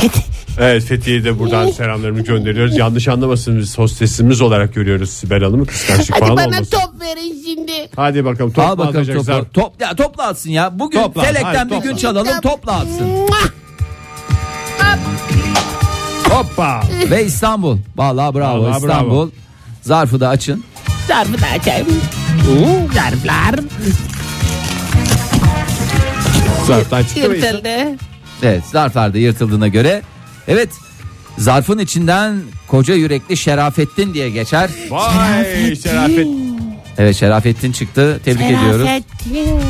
Speaker 6: Fethi.
Speaker 2: Evet Fethiye'ye de buradan selamlarımı gönderiyoruz. Yanlış anlamasın biz hostesimiz olarak görüyoruz Sibel Hanım'ı kıskançlık
Speaker 6: Hadi
Speaker 2: falan
Speaker 6: bana
Speaker 2: olmasın.
Speaker 6: top verin şimdi.
Speaker 2: Hadi bakalım top
Speaker 3: Al
Speaker 2: mu
Speaker 3: bakalım
Speaker 2: atacak
Speaker 3: topu.
Speaker 2: zarf?
Speaker 3: Top, ya, topla atsın ya. Bugün
Speaker 2: Topla,
Speaker 3: Felek'ten
Speaker 2: hayır,
Speaker 3: bir gün
Speaker 2: topla.
Speaker 3: çalalım topla atsın.
Speaker 6: Muah!
Speaker 2: Hoppa.
Speaker 3: Ve İstanbul. Vallahi bravo
Speaker 2: Vallahi
Speaker 3: İstanbul.
Speaker 2: bravo.
Speaker 3: Zarfı da açın.
Speaker 6: Zarfı da açayım. Oo, Zarflar
Speaker 2: Zarftan çıktı mı?
Speaker 6: yırtıldı.
Speaker 3: Evet zarflar da yırtıldığına göre. Evet zarfın içinden koca yürekli Şerafettin diye geçer.
Speaker 2: Vay Şerafet.
Speaker 3: Evet Şerafettin çıktı. Tebrik ediyoruz.
Speaker 6: Şerafettin.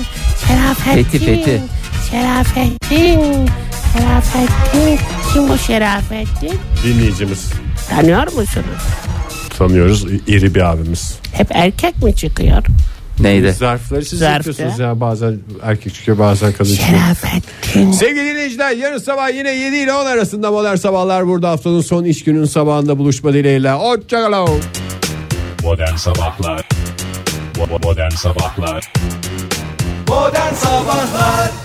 Speaker 6: Şerafettin.
Speaker 3: Fethi, Fethi.
Speaker 6: Şerafettin. Şerafettin. Kim bu Şerafettin?
Speaker 2: Dinleyicimiz.
Speaker 6: Tanıyor musunuz?
Speaker 2: Tanıyoruz iri bir abimiz.
Speaker 6: Hep erkek mi çıkıyor?
Speaker 3: Neydi?
Speaker 4: Zarfları siz
Speaker 6: Zarf
Speaker 4: yapıyorsunuz ya bazen erkek çıkıyor bazen kadın çıkıyor.
Speaker 6: Şerafettin.
Speaker 4: Sevgili dinleyiciler yarın sabah yine 7 ile 10 arasında modern sabahlar burada haftanın son iş günün sabahında buluşma dileğiyle. Hoşçakalın.
Speaker 9: Modern Sabahlar Modern Sabahlar
Speaker 4: Modern sabahlar.